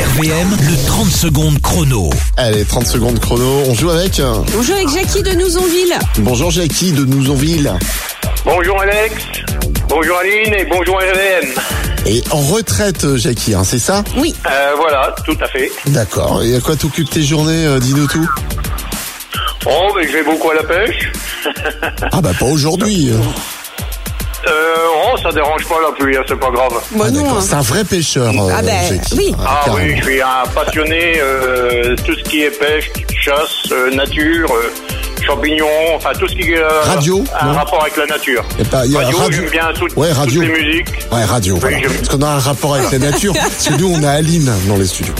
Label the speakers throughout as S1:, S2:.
S1: VVVM, le 30 secondes chrono.
S2: Allez, 30 secondes chrono, on joue avec.
S3: Bonjour avec Jackie de Nouzonville.
S2: Bonjour Jackie de Nouzonville.
S4: Bonjour Alex, bonjour Aline et bonjour RVM.
S2: Et en retraite Jackie, hein, c'est ça
S3: Oui,
S4: Euh, voilà, tout à fait.
S2: D'accord. Et à quoi t'occupes tes journées, euh, dis-nous tout
S4: Oh, mais je vais beaucoup à la pêche.
S2: Ah bah pas aujourd'hui. euh.
S4: Euh, oh, ça dérange pas la pluie, hein, c'est pas grave.
S3: bon
S2: Ah,
S3: non.
S2: d'accord.
S3: hein.
S2: C'est un vrai pêcheur, euh,
S3: Ah bah,
S2: Jackie.
S3: oui.
S4: Ah
S2: carrément.
S4: oui, je suis un passionné, euh, tout ce qui est pêche, chasse, euh, nature, euh, champignons, enfin tout ce qui est euh,
S2: Radio,
S4: un
S2: non
S4: rapport avec la nature.
S2: Et pas- il y a
S4: radio,
S2: radio.
S4: j'aime bien tout-
S2: Ouais, radio.
S4: toutes les musiques.
S2: Ouais, radio. voilà.
S4: j'aime.
S2: Parce qu'on a un rapport avec la nature. Parce que nous, on a Aline dans les studios.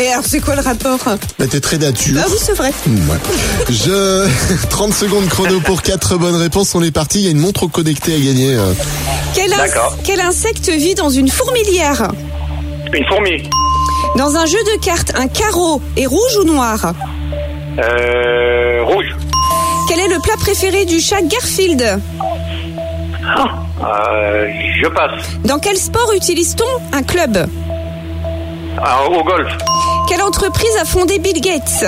S3: Et alors, c'est quoi le rapport Ah
S2: Bah, t'es très nature. Hmm,
S3: oui, c'est vrai.
S2: Ouais. Je 30 secondes chrono pour quatre bonnes réponses. On est parti. Il y a une montre connectée à gagner. euh.
S3: Quel, ins-
S4: D'accord.
S3: quel insecte vit dans une fourmilière
S4: Une fourmi,
S3: Dans un jeu de cartes, un carreau est rouge ou noir
S4: euh, rouge,
S3: Quel est le plat préféré du chat Garfield
S4: Euh, je passe,
S3: Dans quel sport utilise-t-on un club
S4: Ah, au golf,
S3: Quelle entreprise a fondé Bill Gates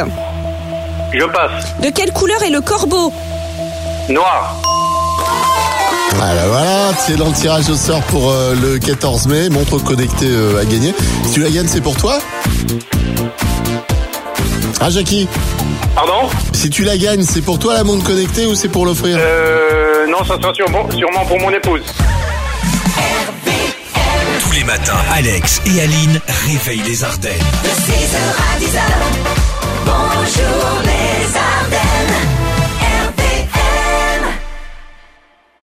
S4: je passe,
S3: De quelle couleur est le corbeau
S4: noir.
S2: Voilà, Ah, voilà. C'est dans le tirage au sort pour euh, le 14 mai. Montre connectée euh, à gagner. Si tu la gagnes, c'est pour toi. Ah, Jackie.
S4: Pardon
S2: Si tu la gagnes, c'est pour toi la montre connectée ou c'est pour l'offrir
S4: Euh, non, ça sera sûrement, sûrement pour mon épouse.
S1: Tous les matins, Alex et Aline réveillent les Ardennes.
S5: De 6h à 10h, bonjour les